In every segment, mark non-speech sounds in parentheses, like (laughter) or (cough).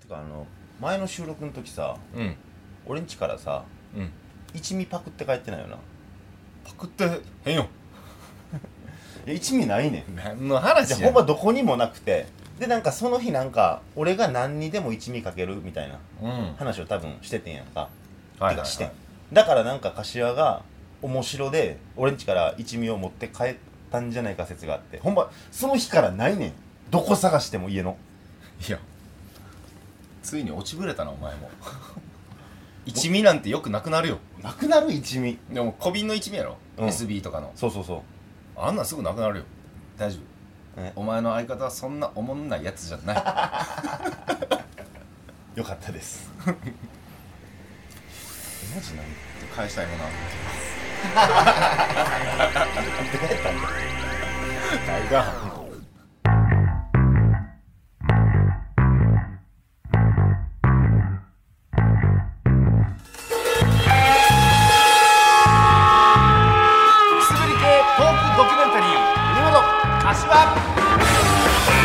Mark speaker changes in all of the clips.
Speaker 1: てかあの前の収録の時さ
Speaker 2: うん
Speaker 1: 俺ん家からさ
Speaker 2: うん
Speaker 1: 一味パクって帰ってないよな
Speaker 2: パクってへんよ
Speaker 1: いや一味ないねん
Speaker 2: 何の話
Speaker 1: じゃ
Speaker 2: や
Speaker 1: あほぼどこにもなくてでなんかその日なんか俺が何にでも一味かけるみたいな
Speaker 2: うんは
Speaker 1: 話を多分しててんやんか、
Speaker 2: いはい
Speaker 1: てか
Speaker 2: はい
Speaker 1: してんだからなんか柏が面白で俺ん家から一味を持って帰ったんじゃないか説があってほんまその日からないねんどこ探しても家の
Speaker 2: いやついに落ちぶれたなお前も (laughs) 一味なんてよくなくなるよ
Speaker 1: なくなる一味
Speaker 2: でも小瓶の一味やろ、
Speaker 1: うん
Speaker 2: SB とかの
Speaker 1: そうそうそう
Speaker 2: あんなんすぐなくなるよ大丈
Speaker 1: え
Speaker 2: 夫お前の相方はそんなおもんないやつじゃない
Speaker 1: よかったです
Speaker 2: (laughs)
Speaker 1: マジなん
Speaker 2: 返したいものは
Speaker 1: 持って帰ったんだ
Speaker 2: 大がくすぶり系トークドキュメンタリー国本柏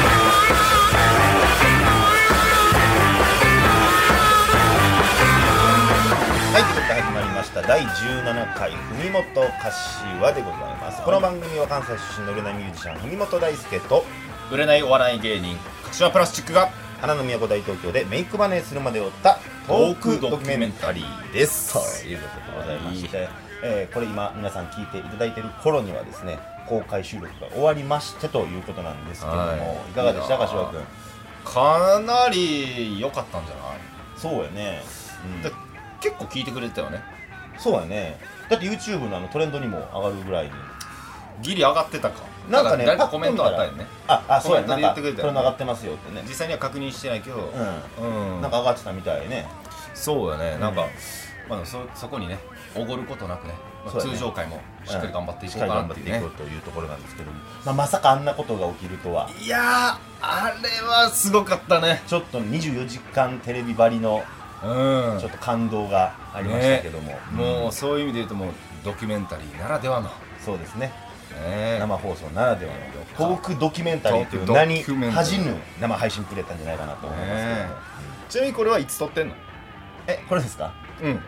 Speaker 1: はい、ということで始まりました第17回「文元柏」でございます、この番組は関西出身のルナミュージシャン文元大輔と
Speaker 2: 売れないお笑い芸人柏プラスチックが
Speaker 1: 花の都大東京でメイクバネするまでを追ったトークドキュメンタリーです
Speaker 2: はい
Speaker 1: ということでございまして、えーこれ今皆さん聞いていただいてる頃にはですね公開収録が終わりましてということなんですけども、
Speaker 2: はい
Speaker 1: い、かがでした
Speaker 2: いやー
Speaker 1: 柏君
Speaker 2: かなり良かったんじゃな
Speaker 1: そうやね、
Speaker 2: い、
Speaker 1: う
Speaker 2: で結構聞いてくれてたよね
Speaker 1: んそうやねだって YouTube のあのトレンドにも上がるぐらいに
Speaker 2: ギリ上がってたか
Speaker 1: なんかね
Speaker 2: 誰かコメントあったよね
Speaker 1: ああそうや
Speaker 2: コメ
Speaker 1: な
Speaker 2: ント
Speaker 1: ん
Speaker 2: で
Speaker 1: かト
Speaker 2: 言って
Speaker 1: レン
Speaker 2: くれた
Speaker 1: ド
Speaker 2: よね
Speaker 1: 上がってますよってね
Speaker 2: 実際には確認してないけど、
Speaker 1: う
Speaker 2: うん
Speaker 1: ん、なんか上がってたみたいね
Speaker 2: そうだね、なん
Speaker 1: う
Speaker 2: か
Speaker 1: ん、
Speaker 2: まあ、そそこにね、おごることなくね、まあ
Speaker 1: そうだね
Speaker 2: 通常会もしっかり頑張ってい
Speaker 1: し
Speaker 2: こ
Speaker 1: っ
Speaker 2: う
Speaker 1: か
Speaker 2: か
Speaker 1: り頑
Speaker 2: なっ
Speaker 1: 張って
Speaker 2: い
Speaker 1: て
Speaker 2: う
Speaker 1: い
Speaker 2: ね
Speaker 1: こう。というところなんですけども、まあ、まさかあんなことが起きるとはい
Speaker 2: やー、あれはすごかったね。
Speaker 1: ちょっと24時間テレビばりの
Speaker 2: うん
Speaker 1: ちょっと感動がありましたけども、
Speaker 2: も
Speaker 1: ん
Speaker 2: うそういう意味で言うと、もうドキュメンタリーならではの、ね
Speaker 1: そうですね
Speaker 2: え、
Speaker 1: 生放送ならではのトークドキュメンタリーという
Speaker 2: ト
Speaker 1: 名
Speaker 2: ークド
Speaker 1: に
Speaker 2: キュメンタリ
Speaker 1: 恥
Speaker 2: ー
Speaker 1: じぬ生配信くれたんじゃないかなと思いますけども、
Speaker 2: ねちなみにこれはいつ撮ってんの
Speaker 1: えこれですか
Speaker 2: うん。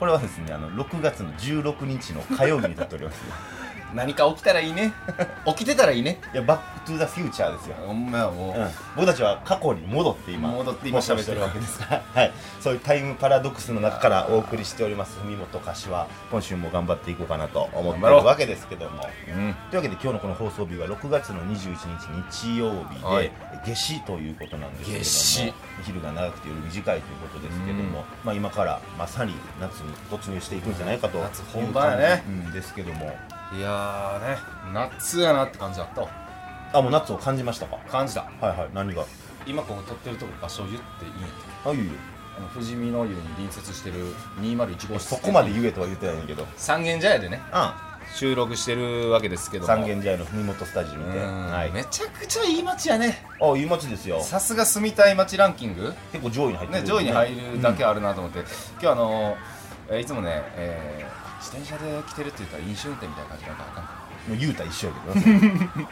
Speaker 1: これはですねあの6月の16日の火曜日に撮っております
Speaker 2: (laughs) 何か起きたらいいね。 (laughs) 起きてたらいいね。
Speaker 1: いやバック・トゥ・ザ・フューチャーですよ
Speaker 2: ほんまやもう、
Speaker 1: うん僕たちは過去に戻って今
Speaker 2: 戻って今
Speaker 1: 放送
Speaker 2: 喋ってる
Speaker 1: してるわけですから、 (laughs) はい、そういうタイムパラドックスの中からお送りしております文元柏今週も頑張っていこうかなと思って
Speaker 2: 頑
Speaker 1: い
Speaker 2: 張
Speaker 1: る
Speaker 2: ろう
Speaker 1: わけですけども
Speaker 2: うん
Speaker 1: というわけで今日のこの放送日は6月の21日日曜日で、
Speaker 2: はい
Speaker 1: 夏至ということなんですけれども
Speaker 2: 夏至
Speaker 1: 昼が長くて夜短いということですけども、まあ、今からまさに夏に突入していくんじゃないかと
Speaker 2: うん夏本番やね
Speaker 1: いう感じうんですけども
Speaker 2: いやーね、夏やなって感じだったわ。
Speaker 1: あもう夏を感じましたか
Speaker 2: 感じだ。
Speaker 1: はいはい何が
Speaker 2: 今ここ撮ってるとこ場所言っていいんやったっけ
Speaker 1: あいいよ
Speaker 2: あの富士見の湯に隣接してる201号室
Speaker 1: そこまで言えとは言ってないんだけど
Speaker 2: 三軒茶屋でね
Speaker 1: うん
Speaker 2: 収録してるわけですけども
Speaker 1: 三軒茶屋の文元スタジオ
Speaker 2: う
Speaker 1: で、
Speaker 2: ん
Speaker 1: はい、
Speaker 2: めちゃくちゃいい街やね
Speaker 1: あいい街ですよ
Speaker 2: さすが住みたい街ランキング、
Speaker 1: 結構上位に入って
Speaker 2: ね、
Speaker 1: る、
Speaker 2: 上位に入るだけ
Speaker 1: うん
Speaker 2: あるなと思って、今日あのえーいつもね、えー自転車で来てるって言ったら飲酒運転みたいな感じなんかあかんか
Speaker 1: もう言うたら一緒や
Speaker 2: (laughs)
Speaker 1: けどな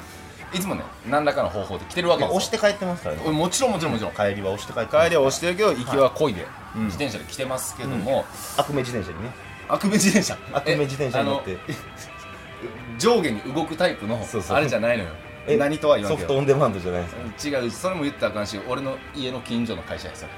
Speaker 2: いつもね何らかの方法で来てるわけ
Speaker 1: ま
Speaker 2: で
Speaker 1: あ
Speaker 2: すよ
Speaker 1: 押して帰ってますからね
Speaker 2: おもちろんもちろんもちろん
Speaker 1: 帰りは押して帰って
Speaker 2: 帰りは押
Speaker 1: し
Speaker 2: してるけど行きは漕いで、
Speaker 1: うん
Speaker 2: 自転車で来てますけども、
Speaker 1: 悪名自転車にね
Speaker 2: あくび自転車
Speaker 1: 悪名自転車に乗って
Speaker 2: えあの上下に動くタイプの
Speaker 1: そうそう
Speaker 2: あれじゃないのよ
Speaker 1: え
Speaker 2: 何とは言わん
Speaker 1: ソ
Speaker 2: け
Speaker 1: フ
Speaker 2: ど
Speaker 1: トオンデマンドじゃないですか
Speaker 2: 違うそれも言ったらあかんし俺の家の近所の会社ですよ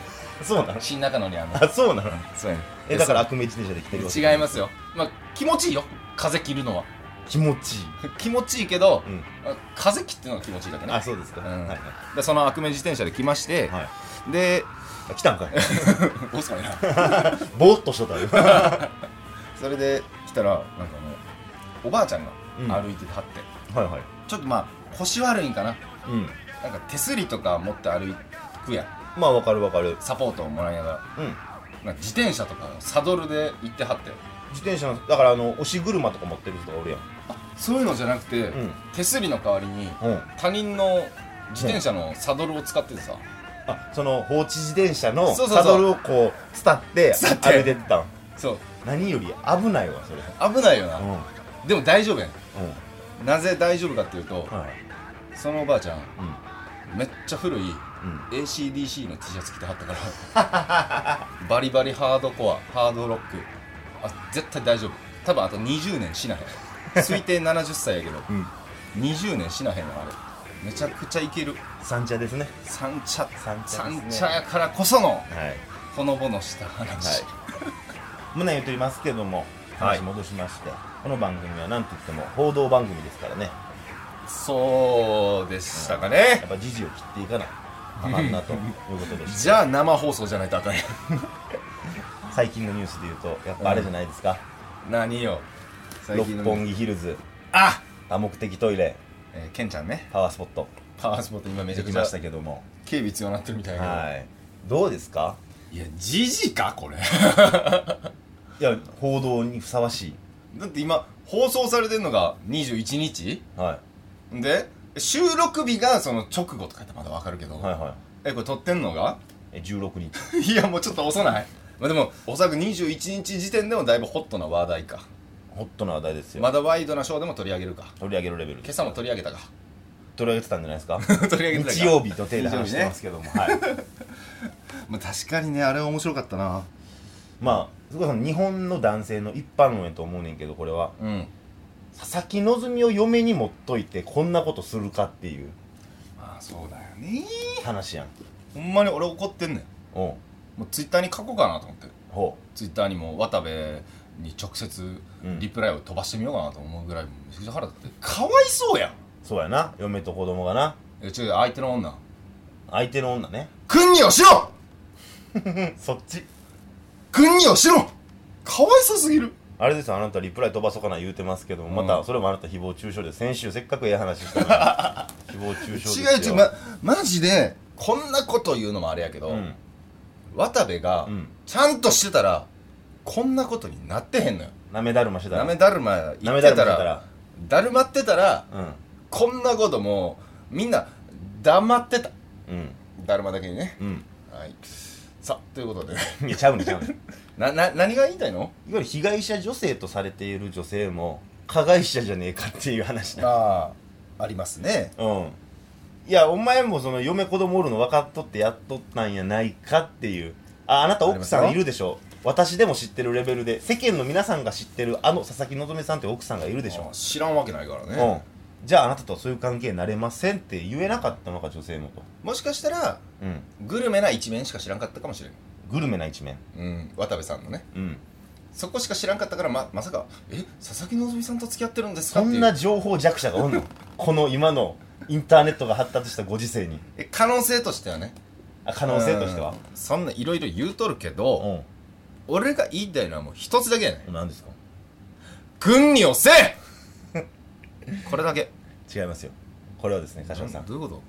Speaker 1: そう
Speaker 2: (laughs)
Speaker 1: なの
Speaker 2: 新中野にあんの
Speaker 1: あそうなの
Speaker 2: そうやね
Speaker 1: えだから悪名自転車で来てるわけ
Speaker 2: 違いますよまあ気持ちいいよ風切るのは (laughs)
Speaker 1: 気持ちいい、
Speaker 2: 気持ちいいけど、
Speaker 1: うん、
Speaker 2: あ風切ってのが気持ちいいだけね
Speaker 1: あそうですか、
Speaker 2: うん
Speaker 1: はい
Speaker 2: でその悪名自転車で来まし
Speaker 1: は
Speaker 2: て、
Speaker 1: い、はい
Speaker 2: で (laughs)
Speaker 1: あ、来たんかい
Speaker 2: おすかいな
Speaker 1: ぼーっとしとった
Speaker 2: (laughs)
Speaker 1: よ
Speaker 2: それで来たらなんかあのおばあちゃんが歩いてはって、
Speaker 1: はいはい
Speaker 2: ちょっとまあ腰悪いんかな
Speaker 1: うん
Speaker 2: なんか手すりとか持って歩くやん
Speaker 1: まあわかるわかる
Speaker 2: サポートをもらいながら
Speaker 1: うん
Speaker 2: なんか自転車とかサドルで行ってはって
Speaker 1: 自転車のだからあの押し車とか持ってる人がおるやん
Speaker 2: そういうのじゃなくて、
Speaker 1: ん
Speaker 2: 手すりの代わりに
Speaker 1: うん
Speaker 2: 他人の自転車のサドルを使っててさ、
Speaker 1: あその放置自転車の
Speaker 2: そうそうそう
Speaker 1: サドルをこう伝って
Speaker 2: 伝って
Speaker 1: 歩いてったん
Speaker 2: そう
Speaker 1: 何より危ないわそれ
Speaker 2: 危ないよな、
Speaker 1: うんうん
Speaker 2: でも大丈夫やんなぜ大丈夫かっていうと、
Speaker 1: はい
Speaker 2: そのおばあちゃん
Speaker 1: う
Speaker 2: めっちゃ古い
Speaker 1: うん
Speaker 2: ACDC の T シャツ着てはったから (laughs) バリバリハードコアハードロックあ絶対大丈夫多分あと20年死なへん推定70歳やけど
Speaker 1: うん
Speaker 2: 20年死なへんわあれめちゃくちゃいける
Speaker 1: 三茶ですね
Speaker 2: 三茶
Speaker 1: 三茶ですね
Speaker 2: 三茶やからこその
Speaker 1: はい
Speaker 2: ほのぼのした話、
Speaker 1: はい胸言っておりますけども
Speaker 2: はい
Speaker 1: 話戻しまして、この番組は何と言っても報道番組ですからね
Speaker 2: そうでしたか
Speaker 1: や
Speaker 2: ね
Speaker 1: っぱ時事を切っていかなあかんなということでして
Speaker 2: じゃあ生放送じゃないとあかんやん (laughs)
Speaker 1: 最近のニュースで言うとやっぱあれじゃないですか、
Speaker 2: 何よ最近
Speaker 1: 六
Speaker 2: の
Speaker 1: 本木ヒルズ
Speaker 2: あ
Speaker 1: 多目的トイレ
Speaker 2: えー、ケンちゃんね
Speaker 1: パワースポット
Speaker 2: パワースポット今めち
Speaker 1: で
Speaker 2: ゃく
Speaker 1: き
Speaker 2: ちゃ
Speaker 1: ましたけども
Speaker 2: 警備強なってるみたいな、
Speaker 1: はいどうですか
Speaker 2: いやじじかこれ
Speaker 1: いや報道にふさわしい
Speaker 2: だって今放送されてるのが21日
Speaker 1: は
Speaker 2: で収録日がその直後とかやったらまだわかるけど、
Speaker 1: いはいはい
Speaker 2: えこれ撮ってんのが (laughs)
Speaker 1: え16日
Speaker 2: いやもうちょっと遅ないまあでもおそらく21日時点でもだいぶホットな話題か
Speaker 1: ホットな話題ですよ、
Speaker 2: まだワイドなショーでも取り上げるか
Speaker 1: 取り上げるレベル
Speaker 2: 今
Speaker 1: です
Speaker 2: 朝も取り上げたか (laughs)
Speaker 1: 取り上げてたんじゃないですか
Speaker 2: 取り上げてたか
Speaker 1: 日曜日と手で話してますけども、はい
Speaker 2: まあ、確かにねあれは面白かったな
Speaker 1: (laughs) まあすごいその日本の男性の一般論やと思うねんけどこれは
Speaker 2: うん
Speaker 1: 佐々木希を嫁に持っといてこんなことするかっていう
Speaker 2: まあそうだよね
Speaker 1: 話やん
Speaker 2: ほんまに俺怒ってんねん
Speaker 1: おう
Speaker 2: もうツイッターに書こうかなと思って
Speaker 1: ほ
Speaker 2: ツイッターにも渡部に直接
Speaker 1: うん
Speaker 2: リプライを飛ばしてみようかなと思うぐらいめちゃくちゃ腹立ってかわいそうやん
Speaker 1: うそうやな嫁と子供がな
Speaker 2: え違う相手の女
Speaker 1: 相手の女ね
Speaker 2: 君にをしろ
Speaker 1: そっち
Speaker 2: 君にをしろかわいそうすぎる
Speaker 1: あれですよあなたリプライ飛ばそうかな言うてますけども、
Speaker 2: うん
Speaker 1: またそれもあなた誹謗中傷で先週せっかくええ話したから
Speaker 2: (laughs)
Speaker 1: 誹謗中傷です
Speaker 2: 違
Speaker 1: よ
Speaker 2: う違う、ま、マジでこんなこと言うのもあれやけど、
Speaker 1: うん
Speaker 2: 渡部が
Speaker 1: うん
Speaker 2: ちゃんとしてたらこんなことになってへんのよ
Speaker 1: なめだるましてた
Speaker 2: な
Speaker 1: ら
Speaker 2: めだるま
Speaker 1: な
Speaker 2: 言っ
Speaker 1: めだるまし
Speaker 2: てた
Speaker 1: てた
Speaker 2: ら
Speaker 1: ら
Speaker 2: だるまってたら
Speaker 1: う
Speaker 2: こんなこともうみんな黙ってた
Speaker 1: ん
Speaker 2: だるまだけにね
Speaker 1: うん
Speaker 2: はいさあということで
Speaker 1: うんいやちゃうねんちゃうねん
Speaker 2: なな何が言いたいの
Speaker 1: いわゆる被害者女性とされている女性も加害者じゃねえかっていう話だ
Speaker 2: ああありますね
Speaker 1: うんいやお前もその嫁子供おるの分かっとってやっとったんやないかっていうああなた奥さ
Speaker 2: あり
Speaker 1: ん
Speaker 2: ますよ
Speaker 1: いるでしょ私でも知ってるレベルで世間の皆さんが知ってるあの佐々木希さんって奥さんがいるでしょ
Speaker 2: あ、知らんわけないから
Speaker 1: うん
Speaker 2: ね、
Speaker 1: じゃああなたとはそういう関係になれませんって言えなかったのか女性もと、
Speaker 2: もしかしたら
Speaker 1: うん、
Speaker 2: グルメな一面しか知らんかったかもしれん
Speaker 1: グルメな一面
Speaker 2: うん渡部さんのね
Speaker 1: うん
Speaker 2: そこしか知らんかったからままさかえ佐々木希さんと付き合ってるんですか
Speaker 1: そ
Speaker 2: っていうん
Speaker 1: な情報弱者が (laughs) おんのこの今のインターネットが発達したご時世に
Speaker 2: え可能性としてはね
Speaker 1: あ可能性としては
Speaker 2: うんそんないろいろ言うとるけど、
Speaker 1: うん
Speaker 2: 俺が言いたいのはもう一つだけやねん
Speaker 1: 何ですか
Speaker 2: 軍に押 (laughs) せこれだけ
Speaker 1: 違いますよこれはですね柏木さ
Speaker 2: なんどういうこと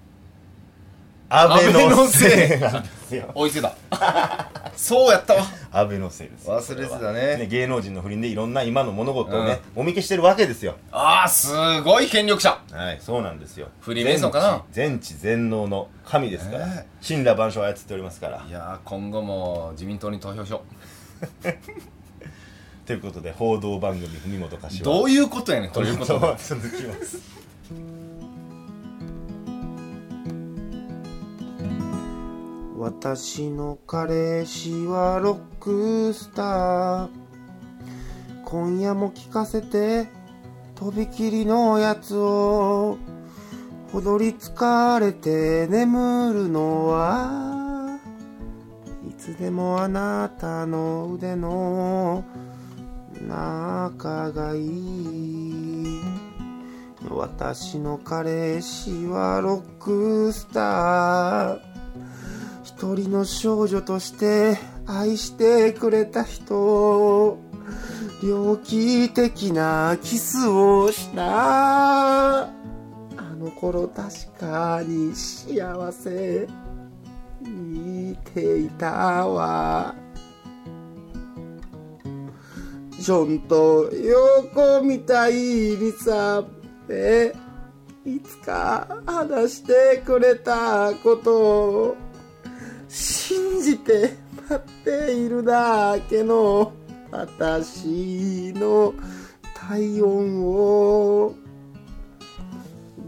Speaker 1: 安倍の
Speaker 2: 安
Speaker 1: せ
Speaker 2: 倍
Speaker 1: いなんですよ
Speaker 2: 追いついた (laughs) そうやったわ
Speaker 1: (laughs) 安倍のせいですよ
Speaker 2: 忘れてたね
Speaker 1: こは芸能人の不倫でいろんな今の物事をね、お見受けしてるわけですよ
Speaker 2: ああすごい権力者
Speaker 1: はいそうなんですよ
Speaker 2: フリーメイソンかな
Speaker 1: 全知全知全能の神ですから、
Speaker 2: ええ
Speaker 1: 神羅万象を操っておりますから
Speaker 2: いやー今後も自民党に投票しよ
Speaker 1: ということで報道番組「文元
Speaker 2: う
Speaker 1: 柏
Speaker 2: ど
Speaker 1: う
Speaker 2: ういうことやねんということで
Speaker 1: は続きます
Speaker 3: 私の彼氏はロックスター今夜も聞かせてとびきりのやつをほどりつかれて眠るのはいつでもあなたの腕の中がいい私の彼氏はロックスター一人の少女として愛してくれた人猟奇的なキスをしたあの頃確かに幸せにていたわジョンとヨーコみたいにさえいつか話してくれたことを信じて待っているだけの私の体温を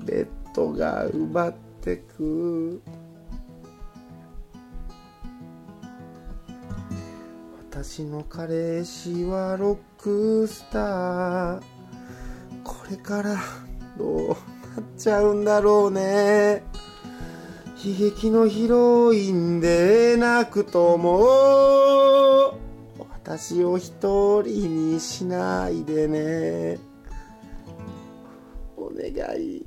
Speaker 3: ベッドが奪っってく私の彼氏はロックスターこれからどうなっちゃうんだろうね悲劇のヒロインでなくとも私を一人にしないでねお願い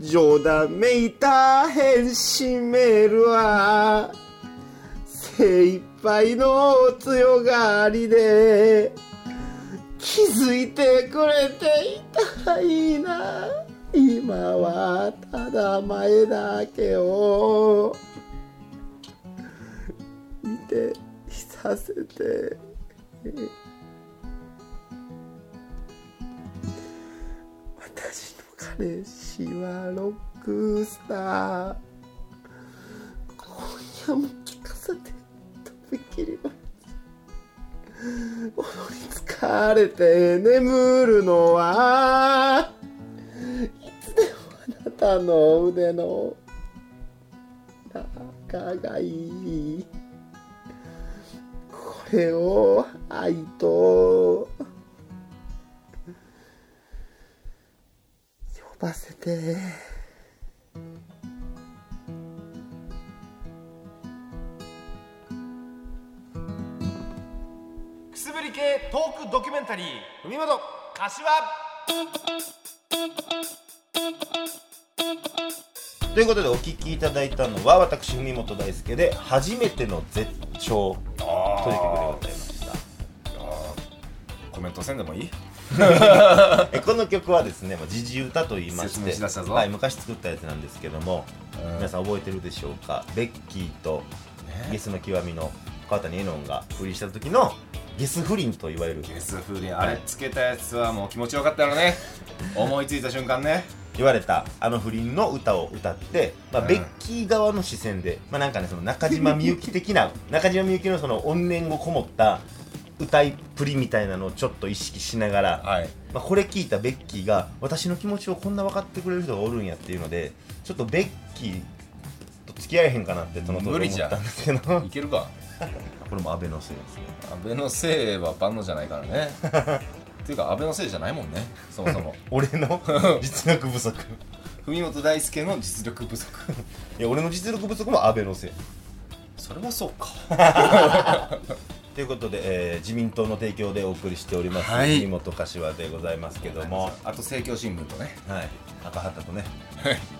Speaker 3: 冗談めいた返信メールは精一杯の強がりで気づいてくれていたらいいな今はただ前だけを見ていさせて私の彼氏はロックスター今夜も聞かせてとびきります踊り疲れて眠るのはいつでもあなたの腕の中がいいこれを愛と呼ばせて
Speaker 4: くすぶり系トークドキュメンタリー海本柏
Speaker 1: ということでお聞きいただいたのは私文本大輔で初めての絶頂
Speaker 2: あ
Speaker 1: という曲でございました
Speaker 2: コメントせんでもいい
Speaker 1: えこの曲はですね、まあ、時事歌と言いまし
Speaker 2: 説
Speaker 1: て
Speaker 2: 明しだしたぞ
Speaker 1: はい、昔作ったやつなんですけども、
Speaker 2: うん
Speaker 1: 皆さん覚えてるでしょうかベッキーとゲスの極みの川谷絵音が不倫した時のゲス不倫といわゆる
Speaker 2: ゲス風鈴あれつけたやつはもう気持ちよかったよ (laughs) ね思いついた瞬間ね
Speaker 1: 言われたあの不倫の歌を歌って、まあ、
Speaker 2: うん
Speaker 1: ベッキー側の視線で、まあ、なんかねその中島みゆき的
Speaker 2: (laughs)
Speaker 1: な中島みゆきのその怨念をこもった歌いっぷりみたいなのをちょっと意識しながら、
Speaker 2: はい
Speaker 1: まあ、これ聞いたベッキーが私の気持ちをこんな分かってくれる人がおるんやっていうのでちょっとベッキーと付き合えへんかなってその当
Speaker 2: 無
Speaker 1: 時
Speaker 2: 理
Speaker 1: 思
Speaker 2: じ
Speaker 1: っ
Speaker 2: ゃん
Speaker 1: たんですけど (laughs)
Speaker 2: い
Speaker 1: こ
Speaker 2: けるか
Speaker 1: れも安倍のせい
Speaker 2: (laughs)
Speaker 1: ですね
Speaker 2: 安倍のせいは万能じゃないから (laughs) ねっていうか安倍のせいじゃないもんねそもそ (laughs) も
Speaker 1: 俺の実力不足
Speaker 2: 文本大輔の実力不足
Speaker 1: いや俺の実力不足も安倍のせい
Speaker 2: それはそうか
Speaker 1: ということで、えー自民党の提供でお送りしております、
Speaker 2: はい
Speaker 1: 杉本柏でございますけども、
Speaker 2: あと政教新聞とね
Speaker 1: はい、赤旗とね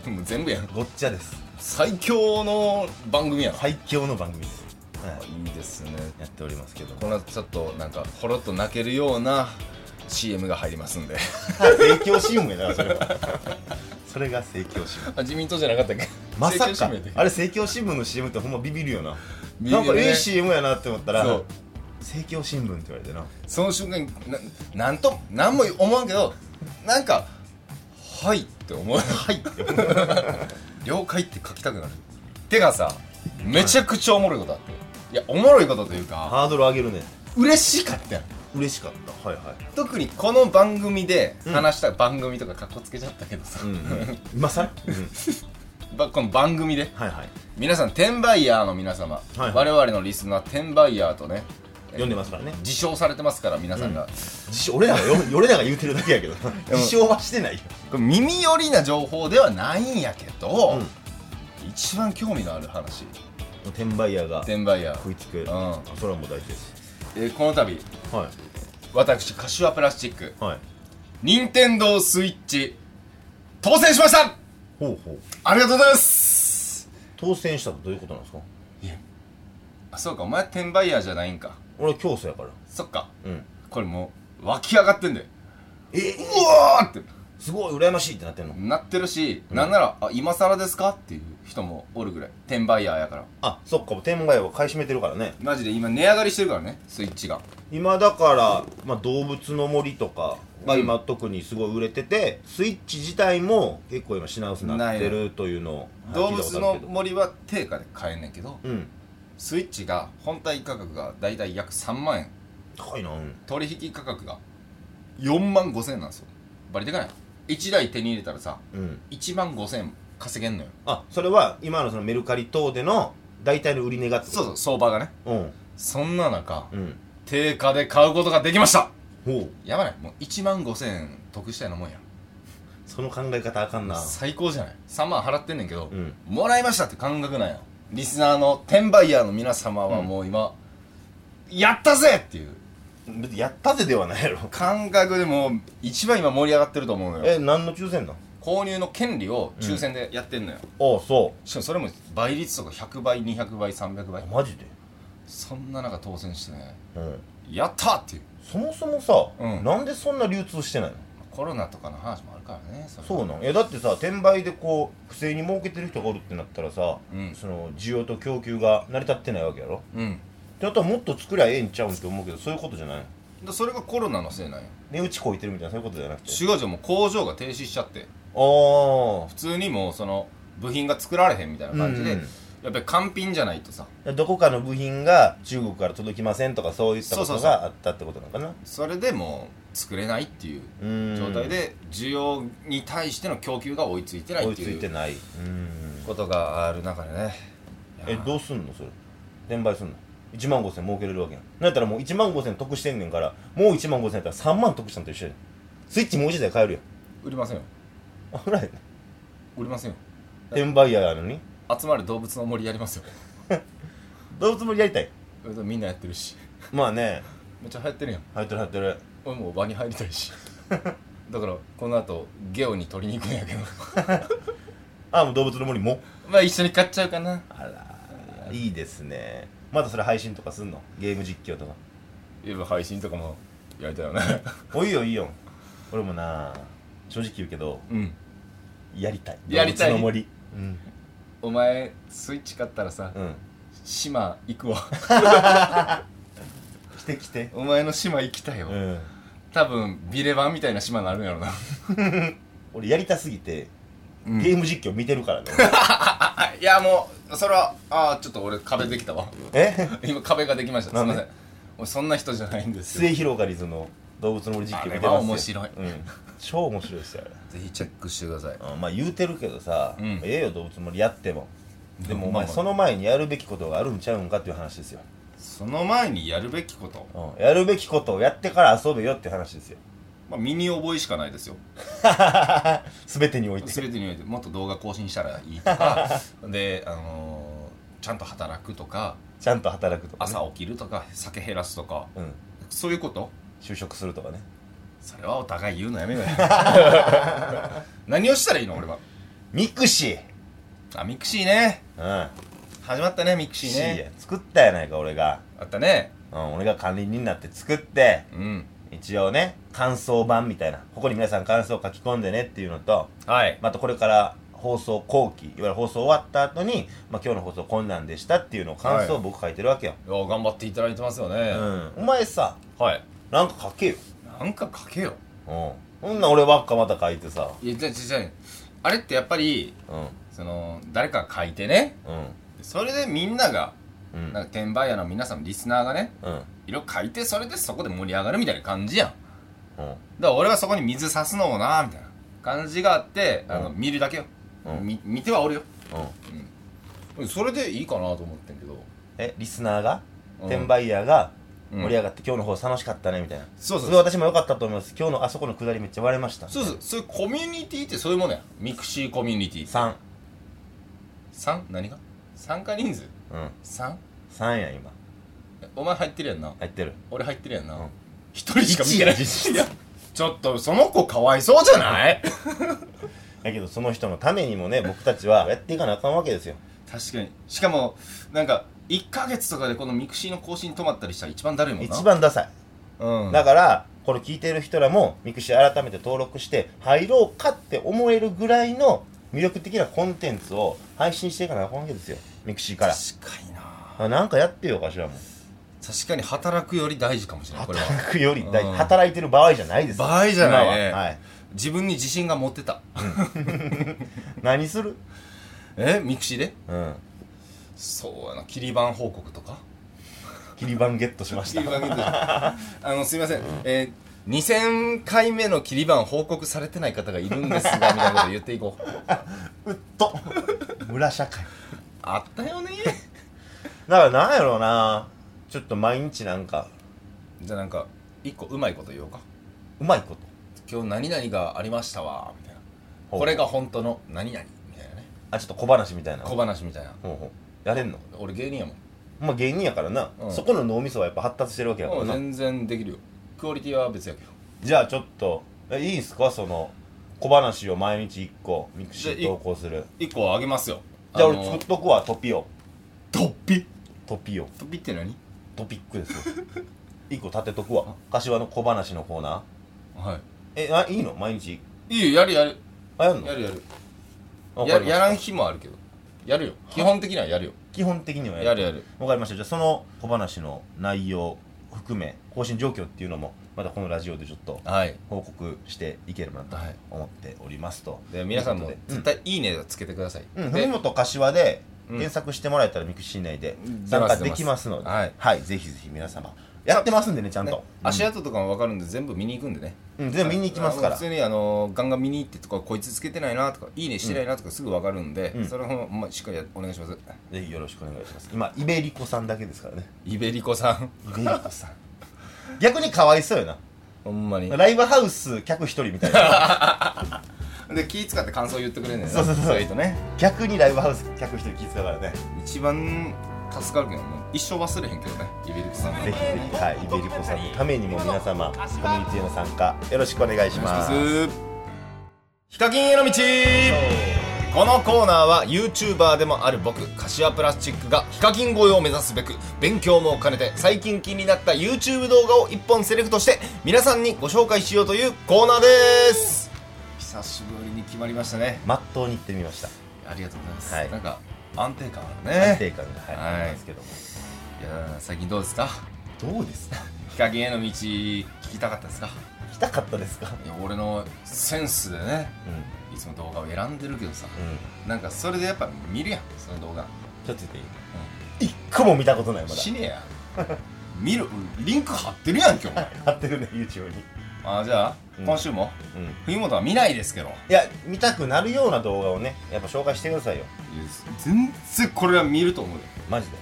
Speaker 2: もう全部やん
Speaker 1: ごっちゃです
Speaker 2: 最強の番組やな、
Speaker 1: 最強の番組です、はい、
Speaker 2: い、いですね
Speaker 1: やっておりますけど
Speaker 2: (laughs) こ
Speaker 1: も
Speaker 2: のちょっとなんかほろっと泣けるような CM が入りますんで
Speaker 1: 政教新聞やなそれはそれが政教新聞
Speaker 2: (laughs) あ自民党じゃなかったっけ
Speaker 1: まさか
Speaker 2: 政教新聞
Speaker 1: あれ政教新聞の CM ってほんまビビるよな
Speaker 2: 見る
Speaker 1: な
Speaker 2: よ
Speaker 1: ん
Speaker 2: ね
Speaker 1: かええ CM やなって思った
Speaker 2: そ
Speaker 1: ら
Speaker 2: う
Speaker 1: 政教新聞って言われてな
Speaker 2: その瞬間にななんと何も思わんけどなんか「はい」って思う「はい」って思う (laughs) 了解って書きたくなるてかさめちゃくちゃおもろいことあっていやおもろいことというか
Speaker 1: ハードル上げるね
Speaker 2: 嬉しかったやん
Speaker 1: 嬉しかったはいはい
Speaker 2: 特にこの番組で話した番組とかかっこつけちゃったけどさ、
Speaker 1: うん、うん、
Speaker 2: (laughs)
Speaker 1: 今さら、うん、
Speaker 2: ばこの番組で
Speaker 1: はいはい
Speaker 2: 皆さん転売ヤーの皆様、
Speaker 1: いはい
Speaker 2: 我々のリスナー転売ヤーとね
Speaker 1: 読んでますからね
Speaker 2: 自称されてますから皆さんが、
Speaker 1: 自称俺らがよ俺らが言うてるだけやけどな
Speaker 2: も
Speaker 1: 自称はしてないよ
Speaker 2: これ耳寄りな情報ではないんやけど、
Speaker 1: うん
Speaker 2: 一番興味のある話
Speaker 1: 転売屋が
Speaker 2: 転売ヤ
Speaker 1: 食
Speaker 2: ー
Speaker 1: いつく、
Speaker 2: ん
Speaker 1: あそれはもう大事です
Speaker 2: えーこの度
Speaker 1: はい
Speaker 2: 私柏プラスチック
Speaker 1: はい
Speaker 2: 任天堂スイッチ当選しました
Speaker 1: ほうほう
Speaker 2: ありがとうございます
Speaker 1: 当選したとどういうことなんですか
Speaker 2: あそうかお前転売ヤーじゃないんか
Speaker 1: 俺は競争やから
Speaker 2: そっか
Speaker 1: うん
Speaker 2: これもう湧き上がってんだよ
Speaker 1: え
Speaker 2: うわーって
Speaker 1: すごい羨ましいってなってんの
Speaker 2: なってるし、なんなら「あ今更ですか?」っていう人もおるぐらい転売ヤーやから
Speaker 1: あそっか転売を買い占めてるからね
Speaker 2: マジで今値上がりしてるからねスイッチが
Speaker 1: 今だから、まあ、動物の森とかが
Speaker 2: うん
Speaker 1: 今特にすごい売れてて、スイッチ自体も結構今品薄になってるというのを
Speaker 2: 動
Speaker 1: はい
Speaker 2: 物
Speaker 1: 聞いたことあ
Speaker 2: の
Speaker 1: るけど
Speaker 2: 森は定価で買えんねんけど
Speaker 1: うん
Speaker 2: スイッチが本体価格がだいたい約3万円
Speaker 1: 高いなうん
Speaker 2: 取引価格が4万5千円なんですよバリでかない1台手に入れたらさ
Speaker 1: うん
Speaker 2: 1万5千円稼げんのよ
Speaker 1: あそれは今のそのメルカリ等での大体の売り値がってこ
Speaker 2: そう
Speaker 1: と
Speaker 2: そう相場がね
Speaker 1: うん
Speaker 2: そんな中
Speaker 1: うん
Speaker 2: 定価で買うことができました
Speaker 1: ほう
Speaker 2: やばないもう1万5千円得したようなもんや
Speaker 1: その考え方あかんな
Speaker 2: 最高じゃない3万払ってんねんけど、
Speaker 1: うん
Speaker 2: もらいましたって感覚なんやリスナーの転売ヤーの皆様はもう今、やったぜっていう
Speaker 1: 別にやったぜではないやろ
Speaker 2: 感覚でもう一番今盛り上がってると思うの
Speaker 1: (laughs)
Speaker 2: よ
Speaker 1: え何の抽選なんあ
Speaker 2: 購入の権利を抽選でやってんのよ、
Speaker 1: あそ
Speaker 2: しかもそれも倍率とか100倍200倍300倍
Speaker 1: うマジで
Speaker 2: そんな中当選してね
Speaker 1: うん
Speaker 2: やったっていう
Speaker 1: そもそもさ、
Speaker 2: うん
Speaker 1: なんでそんな流通してないの
Speaker 2: コロナとかの話もあるからねそれは
Speaker 1: そうなんいやだってさ転売でこう不正に儲けてる人がおるってなったらさ、
Speaker 2: うん
Speaker 1: その需要と供給が成り立ってないわけやろ
Speaker 2: うん
Speaker 1: ってなったらもっと作りゃええんちゃうんって思うけどそういうことじゃない
Speaker 2: でそれがコロナのせいなんよ
Speaker 1: 値打ちこいてるみたいなそういうことじゃなくて
Speaker 2: 違うじゃんもう工場が停止しちゃって
Speaker 1: あ
Speaker 2: 普通にもうその部品が作られへんみたいな感じで、
Speaker 1: うんうん
Speaker 2: やっぱり完品じゃないとさ
Speaker 1: あどこかの部品が中国から届きませんとかそういったこ
Speaker 2: そう
Speaker 1: と
Speaker 2: そうそう
Speaker 1: があったってことなのかな
Speaker 2: それでもう作れないっていう
Speaker 1: うん
Speaker 2: 状態で需要に対しての供給が追いついてない
Speaker 1: 追
Speaker 2: っ
Speaker 1: いつ
Speaker 2: てい
Speaker 1: いて
Speaker 2: う
Speaker 1: ないうん
Speaker 2: ことがある中でね
Speaker 1: えどうすんのそれ転売すんの1万5000儲けれるわけやんなんやったらもう1万5000得してんねんからもう1万5000やったら3万得したんと一緒やんスイッチもう1台買えるやん
Speaker 2: 売りませんよ
Speaker 1: あほらへん
Speaker 2: 売りませんよ
Speaker 1: 転売ヤーやのに
Speaker 2: 集まる動物の森やりますよ
Speaker 1: 動物もやりたい
Speaker 2: みんなやってるし
Speaker 1: まあね
Speaker 2: めっちゃ流行ってるやん
Speaker 1: 入ってる入ってる
Speaker 2: 俺もう場に入りたい (laughs) しだからこの後ゲオに取りに行くんや (laughs) けど
Speaker 1: あもう動物の森も
Speaker 2: まあ一緒に買っちゃうかな
Speaker 1: あらいいですねまたそれ配信とかすんのゲーム実況とか
Speaker 2: いわ配信とかもやりたいよね
Speaker 1: おいいよいいよ俺もな正直言うけど
Speaker 2: うん
Speaker 1: やりたい
Speaker 2: やりたい
Speaker 1: 動物の森うん
Speaker 2: お前スイッチ買ったらさ、
Speaker 1: うん
Speaker 2: 島行くわ
Speaker 1: 来て来て
Speaker 2: (laughs) お前の島行きたいよ、
Speaker 1: うん
Speaker 2: 多分ビレバンみたいな島になるんやろな
Speaker 1: 俺やりたすぎて
Speaker 2: うん
Speaker 1: ゲーム実況見てる
Speaker 2: (laughs)
Speaker 1: からね
Speaker 2: あいやもうそれはあーちょっと俺壁できたわ
Speaker 1: え
Speaker 2: 今壁ができましたす
Speaker 1: ないんで
Speaker 2: ません俺そんな人じゃないんです
Speaker 1: 末
Speaker 2: よ
Speaker 1: 広がりずの動物の森実況見てます
Speaker 2: あれ
Speaker 1: よ
Speaker 2: は面白い
Speaker 1: うん超面白いですよあれ
Speaker 2: ぜひチェックしてください
Speaker 1: うんまあ言うてるけどさ、
Speaker 2: うん
Speaker 1: ええよ動物森やってもでもお
Speaker 2: まあ
Speaker 1: 前
Speaker 2: まあ
Speaker 1: その前にやるべきことがあるんちゃうんかっていう話ですよ、
Speaker 2: その前にやるべきこと、
Speaker 1: うん、やるべきことをやってから遊べよっていう話
Speaker 2: (laughs)
Speaker 1: ですよ
Speaker 2: まあ、身に覚えしかないですよ
Speaker 1: 全てにおいて
Speaker 2: 全てにおいてもっと動画更新したらいいと (laughs) かであのーちゃんと働くとか
Speaker 1: ちゃんと働くとか、ね、
Speaker 2: 朝起きるとか酒減らすとか
Speaker 1: うん
Speaker 2: そういうこと
Speaker 1: 就職するとかね
Speaker 2: それはお互い言うのやめ (laughs) ろよ何をしたらいいの俺は
Speaker 1: ミクシ
Speaker 2: あミクシーね
Speaker 1: ーうん
Speaker 2: 始まったねミクシ
Speaker 1: ミク
Speaker 2: ー
Speaker 1: シー
Speaker 2: ね
Speaker 1: や作ったやないか俺が、
Speaker 2: あったね
Speaker 1: うん、俺が管理人になって作って
Speaker 2: うん
Speaker 1: 一応ね感想版みたいなここに皆さん感想を書き込んでねっていうのと
Speaker 2: はい
Speaker 1: またこれから放送後期いわゆる放送終わった後に、まあ、今日の放送こんなんでしたっていうのを感想を僕書いてるわけよ、
Speaker 2: いや頑張っていただいてますよね、
Speaker 1: うん、お前さ
Speaker 2: はい
Speaker 1: なんか書けよ、
Speaker 2: なんか書けよ
Speaker 1: うん、そんなん俺ばっかまた書いてさ
Speaker 2: いやじゃじゃじゃあれってやっぱり
Speaker 1: うん
Speaker 2: その誰かが書いてね
Speaker 1: うん
Speaker 2: それでみんなが
Speaker 1: うん
Speaker 2: なんか転売屋の皆さんリスナーがね
Speaker 1: うん
Speaker 2: 色々書いてそれでそこで盛り上がるみたいな感じやんだか
Speaker 1: うん
Speaker 2: ら俺はそこに水差すのもなみたいな感じがあってあの、
Speaker 1: う
Speaker 2: 見るだけよ、
Speaker 1: うん
Speaker 2: み見てはおるよ
Speaker 1: うん
Speaker 2: それでいいかなと思ってんけど
Speaker 1: えリスナーが
Speaker 2: うん
Speaker 1: 転売ヤーが
Speaker 2: うん
Speaker 1: 盛り上がって、今日の方楽しかったねみたいな
Speaker 2: そうそう
Speaker 1: れ私も良かったと思います今日のあそこのくだりめっちゃ割れました
Speaker 2: そうそうそういうコミュニティってそういうものやミクシーコミュニティ
Speaker 1: 3
Speaker 2: 3何が参加人数
Speaker 1: うん
Speaker 2: 3
Speaker 1: 3や今
Speaker 2: お前入ってるやんな
Speaker 1: 入ってる
Speaker 2: 俺入ってるやん
Speaker 1: う
Speaker 2: なん一、 (laughs) 人しか見てないいやちょっとその子かわいそうじゃない
Speaker 1: だけどその人のためにも
Speaker 2: (laughs)
Speaker 1: ね僕たちはやっていかなあかんわけですよ
Speaker 2: 確かにしかもなんか1ヶ月とかでこのミクシーの更新止まったりしたら一番だるいもんな
Speaker 1: 一番ダサい
Speaker 2: うん
Speaker 1: だからこれ聞いてる人らもミクシー改めて登録して入ろうかって思えるぐらいの魅力的なコンテンツを配信していかなあかんわけですよミクシーから
Speaker 2: 確かにな
Speaker 1: あなんかやってよ頭も
Speaker 2: 確かに働くより大事かも (laughs) しれないこれは
Speaker 1: 働くより大
Speaker 2: うん
Speaker 1: 働いてる場合じゃないです
Speaker 2: 場合じゃないね
Speaker 1: 今ははい
Speaker 2: 自分に自信が持ってた
Speaker 1: 何する
Speaker 2: えミクシーで
Speaker 1: うん
Speaker 2: そうやな切り板報告とか
Speaker 1: 切り板ゲットしました
Speaker 2: 切り板見てあのすいません、えー、2000回目の切り板報告されてない方がいるんですがみたいなこと言っていこう
Speaker 1: うっと村社会
Speaker 2: あったよね
Speaker 1: だからなんやろうなちょっと毎日なんか
Speaker 2: じゃあなんか一個うまいこと言おうか
Speaker 1: うまいこと
Speaker 2: 今日何々がありましたわみたいな
Speaker 1: ほう
Speaker 2: これが本当の何々みたいなね
Speaker 1: あちょっと小話みたいな
Speaker 2: 小話みたいな
Speaker 1: ほうほうやれんの
Speaker 2: 俺芸人やもん
Speaker 1: まあ芸人やからな、
Speaker 2: うん
Speaker 1: そこの脳みそはやっぱ発達してるわけやか
Speaker 2: も
Speaker 1: ら
Speaker 2: う
Speaker 1: な
Speaker 2: 全然できるよクオリティは別やけど
Speaker 1: じゃあちょっとえいいんすかその小話を毎日1個ミクシー
Speaker 2: じゃあい
Speaker 1: 投稿する
Speaker 2: 一個あげますよ
Speaker 1: じゃあ
Speaker 2: の
Speaker 1: 俺作っとくわトピオ
Speaker 2: トッピ
Speaker 1: トピオ
Speaker 2: トッピって何
Speaker 1: トピックですよ1 (laughs) 個立てとくわ柏の小話のコーナー
Speaker 2: は
Speaker 1: えあいいの毎日
Speaker 2: いいいよやるやる
Speaker 1: あやんの
Speaker 2: やるやる
Speaker 1: わか
Speaker 2: や
Speaker 1: りました
Speaker 2: やらん日もあるけどやるよ基本的にはやるよ
Speaker 1: 基本的には
Speaker 2: やるやる
Speaker 1: わかりましたじゃあその小話の内容含め更新状況っていうのもまたこのラジオでちょっと
Speaker 2: はい
Speaker 1: 報告していければなと
Speaker 2: はい
Speaker 1: 思っておりますと、
Speaker 2: で皆さんも
Speaker 1: ということ
Speaker 2: 絶
Speaker 1: で
Speaker 2: 対「いいね」つけてください、
Speaker 1: うん、うん
Speaker 2: で
Speaker 1: 文本柏で
Speaker 2: うん
Speaker 1: 検索してもらえたらミクシー内で
Speaker 2: うん
Speaker 1: 参加できますので、
Speaker 2: 出ます出
Speaker 1: ぜひぜひ皆様やってますんでねちゃんと、
Speaker 2: ね足跡とかも分かるんで全部見に行くんでね
Speaker 1: うん、全部見に行きますか
Speaker 2: あの
Speaker 1: ら
Speaker 2: 普通にあのガンガン見に行ってとかこいつつけてないなとかいいねしてないなとかすぐ分かるんで、
Speaker 1: うん
Speaker 2: それも、まあ、しっかりやお願いします (laughs)
Speaker 1: ぜひよろしくお願いします今イベリコさんだけですからね
Speaker 2: イベリコさん
Speaker 1: イベリコさん逆にかわいそうよな
Speaker 2: ほんまに
Speaker 1: ライブハウス客一人みたいな
Speaker 2: で気使って感想言ってくれんねんな
Speaker 1: そうそうそう
Speaker 2: いう人ね
Speaker 1: 逆にライブハウス客一人気遣うからね
Speaker 2: 一番助かるけどもう一生忘れへんけどねイベリコさんの
Speaker 1: ぜひぜひ、はい、イベリコさんのためにも皆様コミュニティの参加よろしくお願いします
Speaker 2: ヒカキンへの道このコーナーは YouTuber でもある僕柏プラスチックがヒカキン越えを目指すべく勉強も兼ねて最近気になった YouTube 動画を1本セレクトして皆さんにご紹介しようというコーナーです久しぶりに決まりましたね
Speaker 1: まっとうに行ってみました
Speaker 2: ありがとうございます、
Speaker 1: はい
Speaker 2: なんか安定感ある
Speaker 1: 安
Speaker 2: ね
Speaker 1: 定感がはい
Speaker 2: はい
Speaker 1: ありますけども
Speaker 2: いやー最近どうですか
Speaker 1: どうですか
Speaker 2: ヒカキンへの道聞きたかったですか
Speaker 1: 来たかったですか
Speaker 2: いや俺のセンスでね
Speaker 1: うんうん
Speaker 2: いつも動画を選んでるけどさなんかそれでやっぱ見るやんその動画
Speaker 1: ちょっと言っていい一個も見たことないまだ
Speaker 2: 死ねや見るリンク貼ってるやん今 (laughs) 日
Speaker 1: 貼ってるね YouTube に
Speaker 2: あじゃあ、
Speaker 1: うん
Speaker 2: 今週も
Speaker 1: うん
Speaker 2: 冬本は見ないですけど
Speaker 1: いや見たくなるような動画をねやっぱ紹介してくださいよ
Speaker 2: 全然これは見ると思うよ
Speaker 1: マジで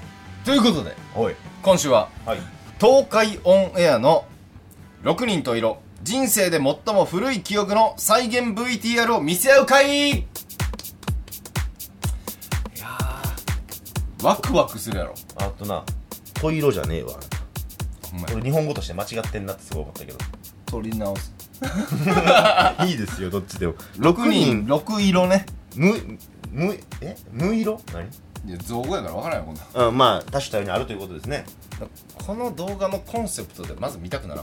Speaker 2: ということで
Speaker 1: おい
Speaker 2: 今週は
Speaker 1: はい
Speaker 2: 東海オンエアの「6人と色人生で最も古い記憶の再現 VTR を見せ合う会」いやーワクワクするやろ
Speaker 1: あとな「トイロじゃねえわ
Speaker 2: ほんま」や
Speaker 1: 俺日本語として間違ってんなってすごい思ったけど
Speaker 2: 撮り直す
Speaker 1: (laughs) いいですよどっちでも
Speaker 2: 6人6色ね
Speaker 1: むむえむ色何
Speaker 2: いや造語やから分からんよこんなん
Speaker 1: うん、まあ多種多様にあるということですね
Speaker 2: この動画のコンセプトでまず見たくなら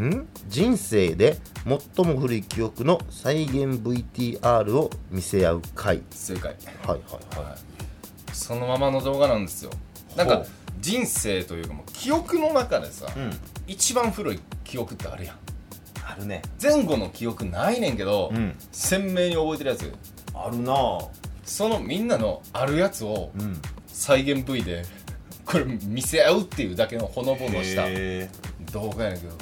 Speaker 2: ん
Speaker 1: ん人生で最も古い記憶の再現 VTR を見せ合う会
Speaker 2: 正解
Speaker 1: はいはいはい
Speaker 2: そのままの動画なんですよなん
Speaker 1: ほ
Speaker 2: か
Speaker 1: う
Speaker 2: 人生というかもう記憶の中でさ、
Speaker 1: いうん
Speaker 2: 一番古い記憶ってあるやん
Speaker 1: あるね
Speaker 2: 前後の記憶ないねんけど、
Speaker 1: うん
Speaker 2: 鮮明に覚えてるやつ
Speaker 1: あるなぁ
Speaker 2: そのみんなのあるやつを
Speaker 1: うん
Speaker 2: 再現 V でこれ見せ合うっていうだけのほのぼのした
Speaker 1: へ
Speaker 2: 動画やねんけど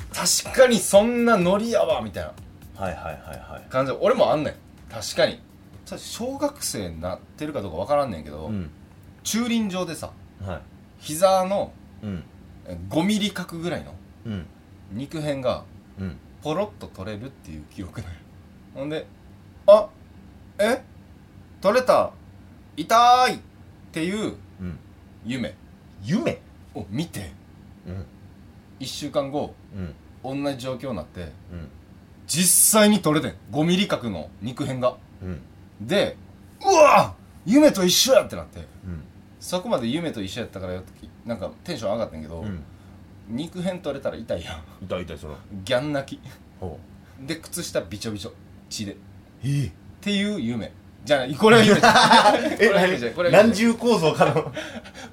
Speaker 2: 確かにそんなノリやわみたいな
Speaker 1: ーはいはいはいはい
Speaker 2: 感じ俺もあんねん確かにただ小学生になってるかどうか分からんねんけど、
Speaker 1: うん
Speaker 2: 駐輪場でさ
Speaker 1: はい
Speaker 2: 膝の
Speaker 1: うん
Speaker 2: え5ミリ角ぐらいの
Speaker 1: うん
Speaker 2: 肉片が
Speaker 1: うん
Speaker 2: ポロッと取れるっていう記憶だよほんで「あえ取れた痛い!」っていう
Speaker 1: うん
Speaker 2: 夢
Speaker 1: 夢
Speaker 2: を見て
Speaker 1: うん
Speaker 2: 1週間後
Speaker 1: うん
Speaker 2: 同じ状況になって
Speaker 1: うん
Speaker 2: 実際に取れてん5ミリ角の肉片が
Speaker 1: うん
Speaker 2: で「うわ夢と一緒や!」ってなって
Speaker 1: うん
Speaker 2: そこまで夢と一緒やったからよなんかテンション上がってんけど、
Speaker 1: うん
Speaker 2: 肉片取れたら痛いやん (laughs)
Speaker 1: 痛い痛いその
Speaker 2: ギャン泣き
Speaker 1: ほ
Speaker 2: で靴下びちょびちょ血でっ
Speaker 1: うえ
Speaker 2: ていう夢じゃあこれは夢じゃん
Speaker 1: (laughs) え
Speaker 2: これは夢じゃんこれ
Speaker 1: 何
Speaker 2: は夢じゃん
Speaker 1: 何重構造かの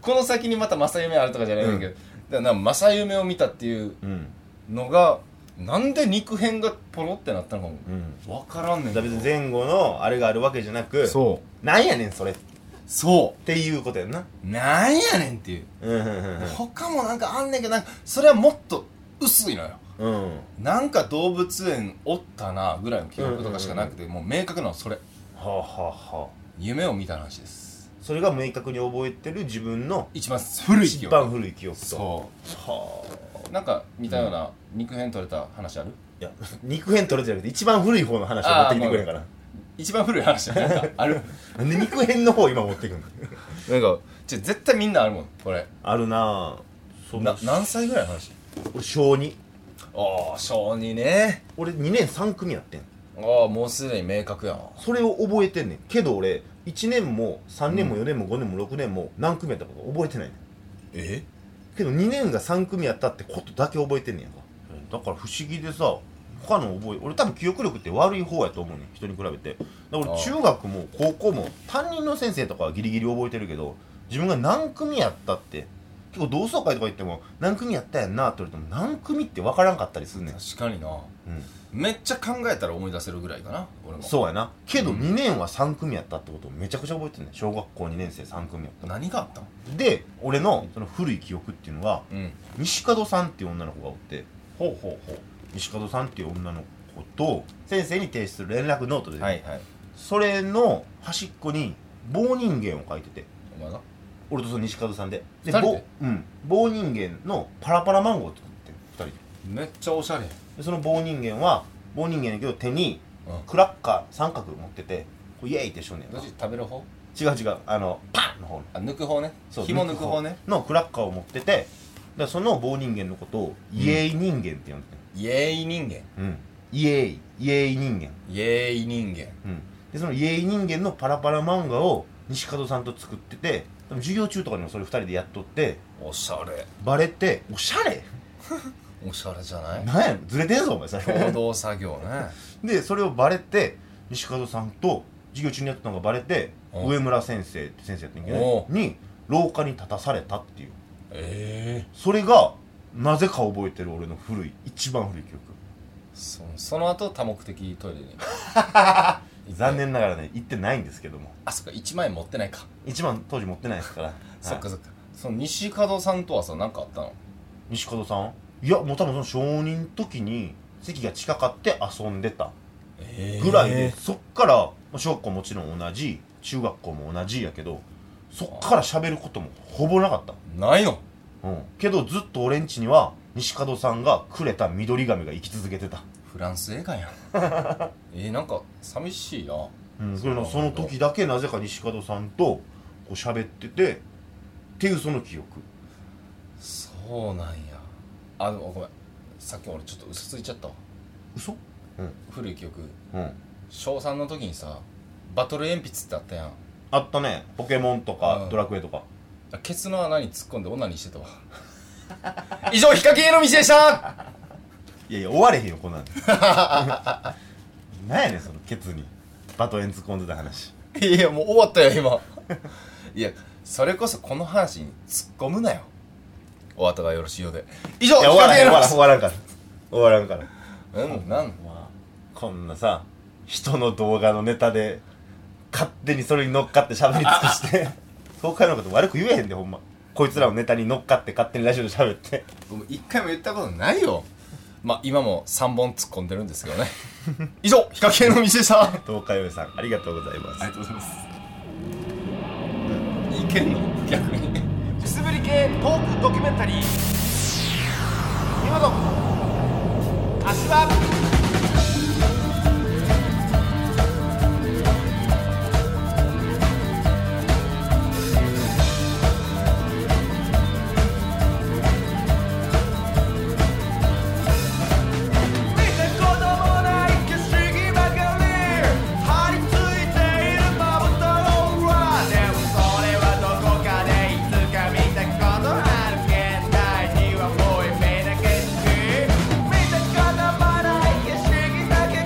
Speaker 2: この先にまた正夢あるとかじゃないんだけど、だからなんか正夢を見たっていう
Speaker 1: うん
Speaker 2: のがなんで肉片がポロってなったのかも
Speaker 1: うん
Speaker 2: 分からんねん
Speaker 1: だから別に前後のあれがあるわけじゃなく
Speaker 2: そ
Speaker 1: なんやねんそれっ
Speaker 2: うそ
Speaker 1: ていうことやんな
Speaker 2: うなんやねんっていう、
Speaker 1: (laughs) うんうん
Speaker 2: 他もなんかあんねんけどなんかそれはもっと薄いのよ
Speaker 1: うんうん
Speaker 2: なんか動物園おったなぐらいの記憶とかしかなくて、もう明確なのはそれ
Speaker 1: はあはあはあ
Speaker 2: 夢を見た話です
Speaker 1: それが明確に覚えてる自分の
Speaker 2: 一番古い記
Speaker 1: 一
Speaker 2: 憶
Speaker 1: 番古い記憶と
Speaker 2: そう
Speaker 1: はあ
Speaker 2: なんか似たような肉片取れた話ある、
Speaker 1: いや肉片取れてなくて一番古い方の話を持ってきてくれんから
Speaker 2: 一番古い話なんかある
Speaker 1: なんで肉片の方今持ってくんの
Speaker 2: (laughs) なんかちょ絶対みんなあるもんこれ
Speaker 1: あるなぁそんな
Speaker 2: な何歳ぐらいの話
Speaker 1: 俺小2
Speaker 2: ああ小2ね
Speaker 1: 俺2年3組やってん
Speaker 2: ああもうすでに明確やな
Speaker 1: それを覚えてんねんけど俺1年も3年も4年も5年も6年も何組やったこと覚えてないねん
Speaker 2: え
Speaker 1: けど2年が3組やったってことだけ覚えてんねんやんかだから不思議でさ他の覚え俺多分記憶力って悪い方やと思うねん人に比べてだから
Speaker 2: ああ
Speaker 1: 俺中学も高校も担任の先生とかはギリギリ覚えてるけど自分が何組やったって結構同窓会とか行っても何組やったやんなって言われても何組って分からんかったりすんねん、
Speaker 2: 確かにな
Speaker 1: うん、
Speaker 2: めっちゃ考えたら思い出せるぐらいかな俺も
Speaker 1: そうやなけど
Speaker 2: うん
Speaker 1: 2年は3組やったってことをめちゃくちゃ覚えてんねん小学校2年生3組やっ
Speaker 2: 何があったの
Speaker 1: たで俺のその古い記憶っていうのは
Speaker 2: うん
Speaker 1: 西門さんっていう女の子がおって
Speaker 2: ほうほうほ
Speaker 1: 西門さんっていう女の子と先生に提出する連絡ノートで、
Speaker 2: はいはい
Speaker 1: それの端っこに棒人間を書いてて
Speaker 2: お前が
Speaker 1: 俺とその西門さんでで
Speaker 2: 二人
Speaker 1: 棒
Speaker 2: で,、
Speaker 1: うん、棒人間のパラパラマンゴーを作ってる2人で
Speaker 2: めっちゃおしゃれ
Speaker 1: でその棒人間は棒人間やけど手に
Speaker 2: うん
Speaker 1: クラッカー三角持っててこうイエーイってしょんねん
Speaker 2: ど
Speaker 1: な
Speaker 2: っち食べる方
Speaker 1: 違う違うあのパンの方の
Speaker 2: あ抜く方ね
Speaker 1: そう
Speaker 2: 紐抜く方ね
Speaker 1: のクラッカーを持っててでその棒人間のことをイエーイ人間って呼んで
Speaker 2: イエイ人間
Speaker 1: てん、うん、イエーイイエーイ人間
Speaker 2: イエイ人間
Speaker 1: うん、でその「イエイ人間」のパラパラ漫画を西門さんと作っててでも授業中とかにもそれ2人でやっとって
Speaker 2: おしゃれ
Speaker 1: バレておしゃれ
Speaker 2: おしゃれじゃない
Speaker 1: なんやろずれてんぞお前そ
Speaker 2: 共
Speaker 1: れ
Speaker 2: 同作業ね
Speaker 1: でそれをバレて西門さんと授業中にやってたのがバレて
Speaker 2: うん
Speaker 1: 上村先生って先生やってんけど
Speaker 2: お
Speaker 1: に廊下に立たされたっていう
Speaker 2: (laughs) ええ
Speaker 1: それがなぜか覚えてる俺の古い一番古い記憶
Speaker 2: そその後多目的トイレに (laughs)
Speaker 1: 残念ながらね行ってないんですけども
Speaker 2: あそっか1万円持ってないか
Speaker 1: 一番当時持ってないですから、
Speaker 2: (laughs) そっ
Speaker 1: はい
Speaker 2: かそっかその西門さんとはさ何かあったの
Speaker 1: 西門さんいやもう多分その承認時に席が近かって遊んでたぐらいで、そっからまあ小学校もちろん同じ中学校も同じやけどそっから喋ることもほぼなかっ
Speaker 2: ないの
Speaker 1: た、うん、けどずっと俺んちには西門さんがくれた緑髪が生き続けてた、
Speaker 2: フランス映画 (laughs) やんえー、なんか寂しいな
Speaker 1: うん、それのその時だけなぜか西門さんとこう喋っててっていうその記憶
Speaker 2: そうなんやあでもごめんさっき俺ちょっと嘘ついちゃったわ
Speaker 1: 嘘
Speaker 2: 古い記憶
Speaker 1: うん
Speaker 2: 小3の時にさバトル鉛筆ってあったやん
Speaker 1: あったねポケモンと
Speaker 2: う
Speaker 1: か
Speaker 2: ん
Speaker 1: ドラクエとか
Speaker 2: ケツの穴に突っ込んで女にし
Speaker 1: (laughs)
Speaker 2: てたわ以上ヒカキンへの道でした
Speaker 1: いやいや終われへんよこんなんなんやねんそのケツにバトエン突っ込んでた話
Speaker 2: いやもう終わったよ今いやそれこそこの話に突っ込むなよお後がよろしいようで以上
Speaker 1: い
Speaker 2: ヒ
Speaker 1: や終わ
Speaker 2: カ
Speaker 1: ら
Speaker 2: キンへ
Speaker 1: ん終
Speaker 2: の
Speaker 1: わらん終わらん
Speaker 2: 道
Speaker 1: から終わらんから
Speaker 2: うんなん
Speaker 1: まあこんなさ人の動画のネタで勝手にそれに乗っかって喋り尽くして東海のこと悪く言えへんでほんまこいつらのネタに乗っかって勝手にラジオで喋って
Speaker 2: 僕一回も言ったことないよまあ今も3本突っ込んでるんですけどね以上ヒカキンへの道でしたあ
Speaker 1: 東海上さんありがとうございます
Speaker 2: とうございますいけんの逆に
Speaker 4: 素振り系トークドキュメンタリー見事柏
Speaker 5: 見て子供ない景色ばかり張り付いているまぶたの裏でもそれはどこかでいつか見たことある現代にはもう夢だけし見て子供ない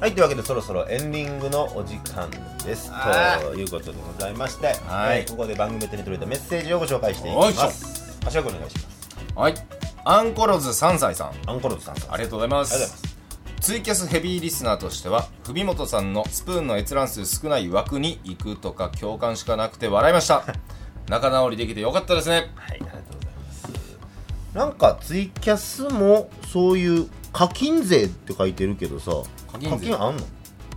Speaker 1: はい、というわけでそろそろエンディングのお時間です
Speaker 2: あー
Speaker 1: ということでございまして、
Speaker 2: はい
Speaker 1: えーここで番組別に届いたメッセージをご紹介していきます。橋岡お願いします。
Speaker 2: はいアンコロズ3歳さん
Speaker 1: アンコロズさんです
Speaker 2: ありがとうございます
Speaker 1: ありがとうご
Speaker 2: ツイキャスヘビーリスナーとしては文本さんのスプーンの閲覧数少ない枠に行くとか共感しかなくて (laughs) 笑いました仲直りできてよかったですね
Speaker 1: はい、ありがとうございます。なんかツイキャスもそういう課金税って書いてるけどさ、
Speaker 2: 課金税
Speaker 1: あんの？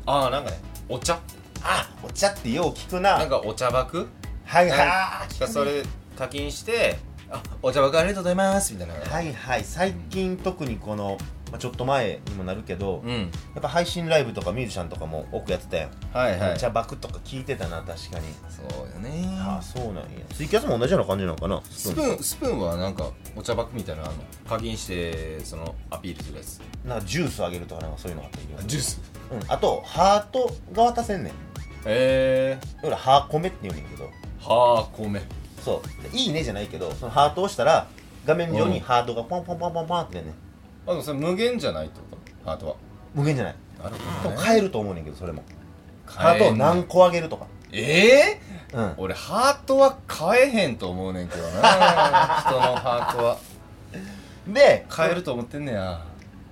Speaker 2: ああなんかねお茶
Speaker 1: あ、お茶ってよう聞くな
Speaker 2: なんかお茶 (laughs) 爆
Speaker 1: はい
Speaker 2: は
Speaker 1: はい
Speaker 2: 聞かされ課金してあお茶爆ありがとうございますみたいな、
Speaker 1: い。はいはい。最近特にこの、まあ、ちょっと前にもなるけど、
Speaker 2: う
Speaker 1: や
Speaker 2: ん
Speaker 1: っぱ配信ライブとかミュージシャンとかも多くやってたやん。
Speaker 2: はいはい
Speaker 1: お茶バクとか聞いてたな確かに。
Speaker 2: そうよね
Speaker 1: ああそうなんや。ツイキャスも同じような感じなのかな。
Speaker 2: スプーンスプーンはなんかお茶爆みたいなのあんの課金してそのアピールするやつ
Speaker 1: なんかジュースあげるとかなんかそういうのがあったり。
Speaker 2: ジュース
Speaker 1: うん。あとハートが渡せんねん。
Speaker 2: え
Speaker 1: 俺ハーコメって言うねんけど。
Speaker 2: ー、はあ米
Speaker 1: そういいねじゃないけどそのハートを押したら画面上
Speaker 2: うん
Speaker 1: にハートがポンポンポンポンポンってね
Speaker 2: あでもそれ無限じゃないってことハートは
Speaker 1: 無限じゃない
Speaker 2: なる
Speaker 1: で
Speaker 2: ほ
Speaker 1: も
Speaker 2: ど、ね、
Speaker 1: 変えると思うねんけどそれもハ
Speaker 2: 買
Speaker 1: ー
Speaker 2: え
Speaker 1: ト
Speaker 2: ん
Speaker 1: を
Speaker 2: の
Speaker 1: 何個あげるとか
Speaker 2: え
Speaker 1: うん
Speaker 2: ー、俺ハートは買えへんと思うねん
Speaker 1: (laughs)
Speaker 2: けどな人のハートは
Speaker 1: で
Speaker 2: 買えると思ってんねや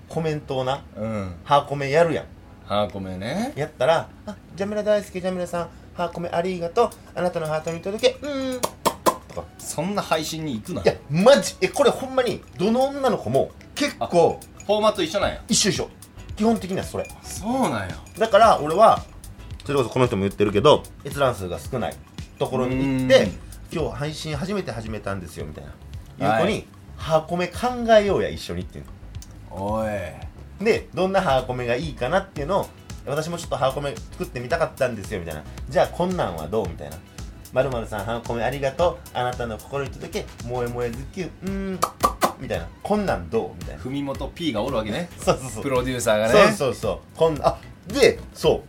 Speaker 1: コメントをな
Speaker 2: うん
Speaker 1: ハーコメやるやん
Speaker 2: ハーコメね
Speaker 1: やったら「あジャムラ大好きジャムラさんハーコメありがとうあなたのハートに届けうーん」とか
Speaker 2: そんな配信に行くない
Speaker 1: やマジえこれほんまにどの女の子も結構
Speaker 2: フォーマット一緒なんや
Speaker 1: 一緒一緒基本的にはそれ
Speaker 2: そうなんや
Speaker 1: だから俺はそれこそこの人も言ってるけど閲覧数が少ないところに行って今日配信初めて始めたんですよみたいないう子
Speaker 2: は
Speaker 1: に
Speaker 2: い
Speaker 1: 「ハーコメ考えようや一緒に」っていう
Speaker 2: おい
Speaker 1: のでどんなハーコメがいいかなっていうのを私もちょっとハーコメ作ってみたかったんですよみたいなじゃあこんなんはどうみたいなまるまるさんハーコメありがとうあなたの心に届け萌え萌えズッキュンうーんみたいなこんなんどうみたいな
Speaker 2: 文元 P がおるわけね
Speaker 1: そうそうそう
Speaker 2: プロデューサーがね
Speaker 1: そうそうそうこんあでそ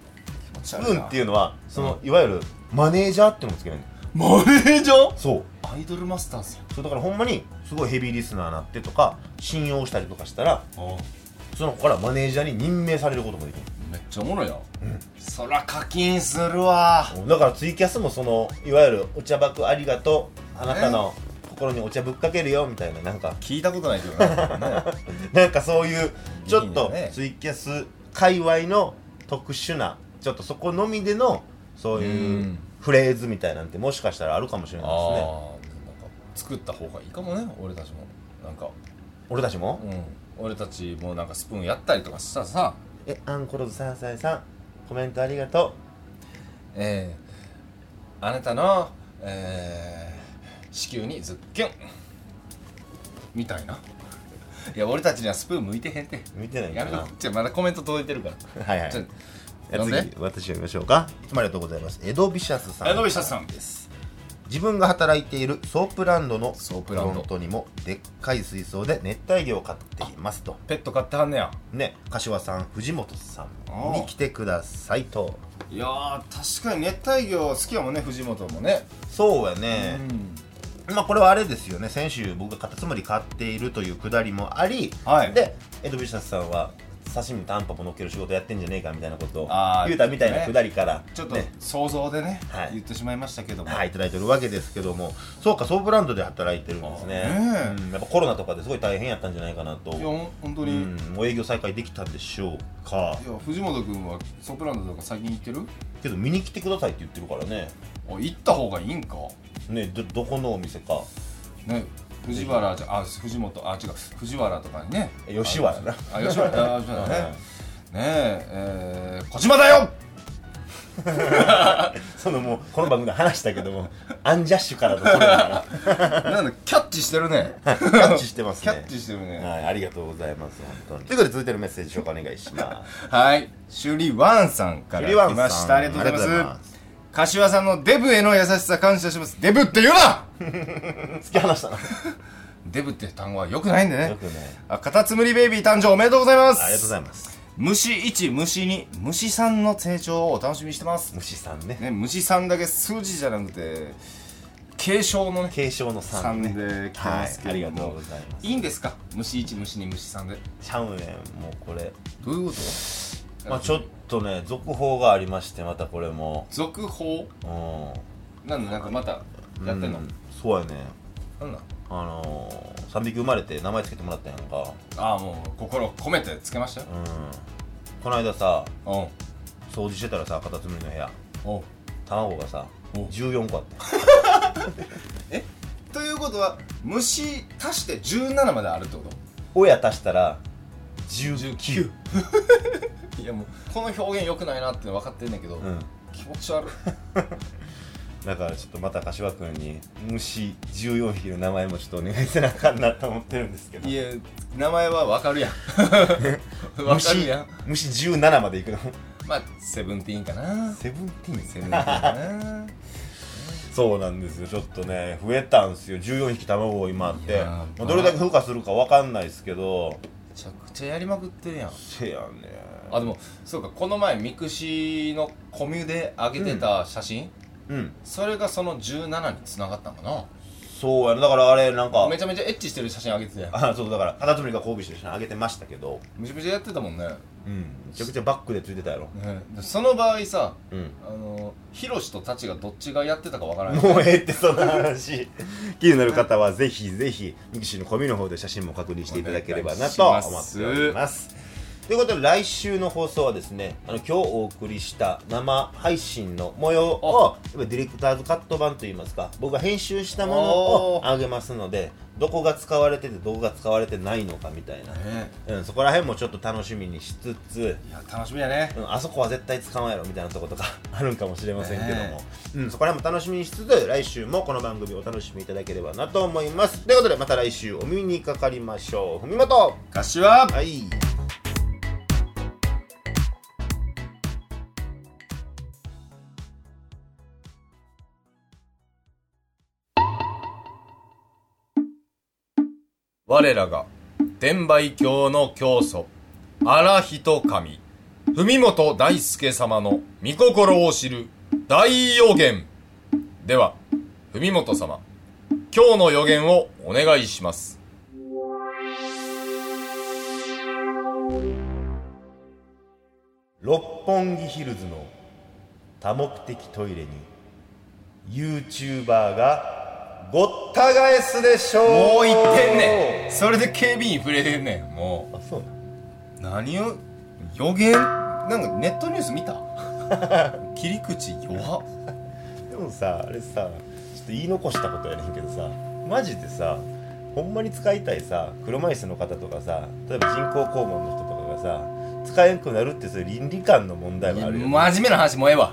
Speaker 1: うスプ
Speaker 2: う
Speaker 1: ーンっていうのはその、いわゆるマネージャーっていうのもつけないの
Speaker 2: マネージャー
Speaker 1: そう
Speaker 2: アイドルマスターズや
Speaker 1: そうだからほんまにすごいヘビーリスナーになってとか信用したりとかしたらその子からマネージャーに任命されることもできる
Speaker 2: めっちゃおもろいやん、そら課金するわ
Speaker 1: だからツイキャスもそのいわゆる「お茶爆ありがとうあなたの心にお茶ぶっかけるよ」みたいななんか
Speaker 2: 聞いたことないけど (laughs) なね
Speaker 1: なんかそういうちょっ
Speaker 2: いい
Speaker 1: と
Speaker 2: ね
Speaker 1: ツイキャス界隈の特殊なちょっとそこのみでのそういううんフレーズみたいなんてもしかしたらあるかもしれないですね
Speaker 2: あーなんか作った方がいいかもね俺たちもなんか
Speaker 1: 俺たちも
Speaker 2: うん俺たちもなんかスプーンやったりとかしたらさ
Speaker 1: えアンコロズ3歳さんコメントありがと
Speaker 2: えー、あなたの、えー、子宮にズッキュンみたいないや俺たちにはスプーン向いてへんて
Speaker 1: う見てない
Speaker 2: や
Speaker 1: か
Speaker 2: め
Speaker 1: な
Speaker 2: とじゃまだコメント届いてるから
Speaker 1: はいはい
Speaker 2: ちょ
Speaker 1: じゃあ
Speaker 2: 呼んで
Speaker 1: 次私読みましょうかいつもありがとうございますエドビシャスさん
Speaker 2: エドビシャスさん
Speaker 1: です自分が働いているソープランドの
Speaker 2: ソープランド
Speaker 1: フロントにもでっかい水槽で熱帯魚を飼っていますと
Speaker 2: ペット買ってはんねや
Speaker 1: ね柏さん藤本さん
Speaker 2: ああ
Speaker 1: に来てくださいと
Speaker 2: いやー確かに熱帯魚好きやもんね藤本もね
Speaker 1: そうや
Speaker 2: う
Speaker 1: ね、
Speaker 2: ん
Speaker 1: まあこれはあれですよね先週僕がカタツムリ飼っているというくだりもあり、
Speaker 2: はい
Speaker 1: でエドビシャスさんは刺身タンポポ乗っける仕事やってんじゃねえかみたいなことを
Speaker 2: あー
Speaker 1: 言うたみたいなくだりから、
Speaker 2: ちょっと
Speaker 1: ね
Speaker 2: 想像でね、
Speaker 1: はい
Speaker 2: 言ってしまいましたけども、
Speaker 1: はい、いただいてるわけですけどもそうかソープランドで働いてるんですね
Speaker 2: あね
Speaker 1: う
Speaker 2: え
Speaker 1: んやっぱコロナとかですごい大変やったんじゃないかなと
Speaker 2: いやほん本当
Speaker 1: う
Speaker 2: に、
Speaker 1: んもう営業再開できたんでしょうか
Speaker 2: いや藤本君はソプランドとか最近行ってる
Speaker 1: けど見に来てくださいって言ってるからね
Speaker 2: あ行った方がいいんか
Speaker 1: ねどどこのお店か
Speaker 2: ね藤原じゃあ藤本あ違う藤原とかにね
Speaker 1: え吉原な
Speaker 2: あ吉原あ吉原
Speaker 1: (laughs)
Speaker 2: ね
Speaker 1: はい
Speaker 2: ねええー、小島だよ
Speaker 1: そのもうこの番組で話したけどもアンジャッシュからのそれだ
Speaker 2: なんだキャッチしてる
Speaker 1: (laughs)
Speaker 2: ね
Speaker 1: からキャッチしてます
Speaker 2: キャ
Speaker 1: ね
Speaker 2: ッチしてるね
Speaker 1: はい、ありがとうございます本当にということで続いてのメッセージ紹介お願いします
Speaker 2: はいシュリワンさんから
Speaker 1: ゆりわん
Speaker 2: 来
Speaker 1: さん
Speaker 2: ましたありがとうござい
Speaker 1: ありがとうござい
Speaker 2: ま
Speaker 1: ます
Speaker 2: す柏さんのデブへの優しさ感謝しますデブって言うな
Speaker 1: 突き放したな
Speaker 2: デブって単語は良くないんでね
Speaker 1: よくね
Speaker 2: あカタツムリベイビー誕生おめでとうございます
Speaker 1: ありがとうございます
Speaker 2: 虫1虫2虫3の成長をお楽しみにしてます、
Speaker 1: 虫さんね
Speaker 2: ね、虫3だけ数字じゃなくて継承のね
Speaker 1: 継承の3
Speaker 2: 3
Speaker 1: ね
Speaker 2: で来てますけ
Speaker 1: はい、あ
Speaker 2: れ
Speaker 1: りが
Speaker 2: ど
Speaker 1: と
Speaker 2: も、
Speaker 1: うございます
Speaker 2: いいんですか虫1虫2虫3で
Speaker 1: ちゃうねんもうこれ
Speaker 2: どういうこと
Speaker 1: まあちょっとね続報がありましてまたこれも
Speaker 2: 続報
Speaker 1: うん
Speaker 2: なんだなんかまたやってんの、
Speaker 1: うんそうやね
Speaker 2: なんなん
Speaker 1: あのー、3匹生まれて名前つけてもらったやんか
Speaker 2: ああもう心込めてつけましたよ
Speaker 1: うんこの間さ
Speaker 2: おう
Speaker 1: 掃除してたらさカタツムリの部屋
Speaker 2: おう
Speaker 1: 卵がさ
Speaker 2: お
Speaker 1: 14個あって
Speaker 2: ということは虫足して17まであるってこ
Speaker 1: 親足したら
Speaker 2: 19
Speaker 1: 19
Speaker 2: といやもうこの表現良くないなっての分かってんねんけど、
Speaker 1: うん
Speaker 2: 気持ち悪い
Speaker 1: だからちょっとまた柏君に虫14匹の名前もちょっとお願いせなあかんなと思ってるんですけど
Speaker 2: いや名前は分
Speaker 1: (laughs)
Speaker 2: かるやん分か
Speaker 1: 虫
Speaker 2: るやん
Speaker 1: 虫17までいくの (laughs)
Speaker 2: まあセブンティーンかな
Speaker 1: セブンティーン
Speaker 2: セブンティーンかな
Speaker 1: そうなんですよちょっとね増えたんですよ14匹卵を今あっ
Speaker 2: い
Speaker 1: て
Speaker 2: やー
Speaker 1: まあ
Speaker 2: まあ
Speaker 1: どれだけ孵化するかわかんないですけど
Speaker 2: めちゃくちゃやりまくってるやん
Speaker 1: せやね
Speaker 2: あでもそうかこの前ミクシーのコミュで上げてた写真、
Speaker 1: うん
Speaker 2: それがその17に繋がったんかな
Speaker 1: そうやねだからあれなんか
Speaker 2: めちゃめちゃエッチしてる写真上げてたやん
Speaker 1: あそうだからカタツムリが交尾してる人にあげてましたけど
Speaker 2: めちゃめちゃやってたもんね
Speaker 1: うんめちゃくちゃバックでついてたやろ
Speaker 2: ねでその場合さ
Speaker 1: うん
Speaker 2: あのヒロシとタチがどっちがやってたかわからない
Speaker 1: もうええってその話 (laughs) 気になる方はぜひぜひミキシーのコミュの方で写真も確認していただければなと
Speaker 2: お
Speaker 1: 思
Speaker 2: 願い
Speaker 1: っ
Speaker 2: してます
Speaker 1: おりますということで来週の放送はですねあの今日お送りした生配信の模様をディレクターズカット版といいますか僕が編集したものを
Speaker 2: おー
Speaker 1: あげますのでどこが使われててどこが使われてないのかみたいな、
Speaker 2: ね
Speaker 1: うん、そこら辺もちょっと楽しみにしつつ
Speaker 2: いや楽しみやね
Speaker 1: うんあそこは絶対使わんやろみたいなとことか (laughs) あるんかもしれませんけども、
Speaker 2: ね
Speaker 1: うん、そこら辺も楽しみにしつつ来週もこの番組お楽しみいただければなと思いますということでまた来週お耳にかかりましょうふみもと
Speaker 2: 柏
Speaker 1: はい
Speaker 2: 我らが伝売教の教祖荒人神文本大輔様の御心を知る大予言では文本様今日の予言をお願いします
Speaker 1: 六本木ヒルズの多目的トイレに YouTuber がごった返すでしょう
Speaker 2: もう言ってんねんそれで警備員触れてんねんも
Speaker 1: あそう
Speaker 2: う何を予言なんかネットニュース見た (laughs) 切り口弱っ
Speaker 1: でもさあれさちょっと言い残したことやねんけどさマジでさほんまに使いたいさ車椅子の方とかさ例えば人工肛門の人とかがさ使えんくなるってそういう倫理観の問題もあるよね
Speaker 2: 真面目な話もうええわ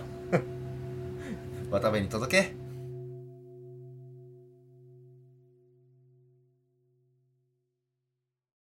Speaker 2: 渡部に届け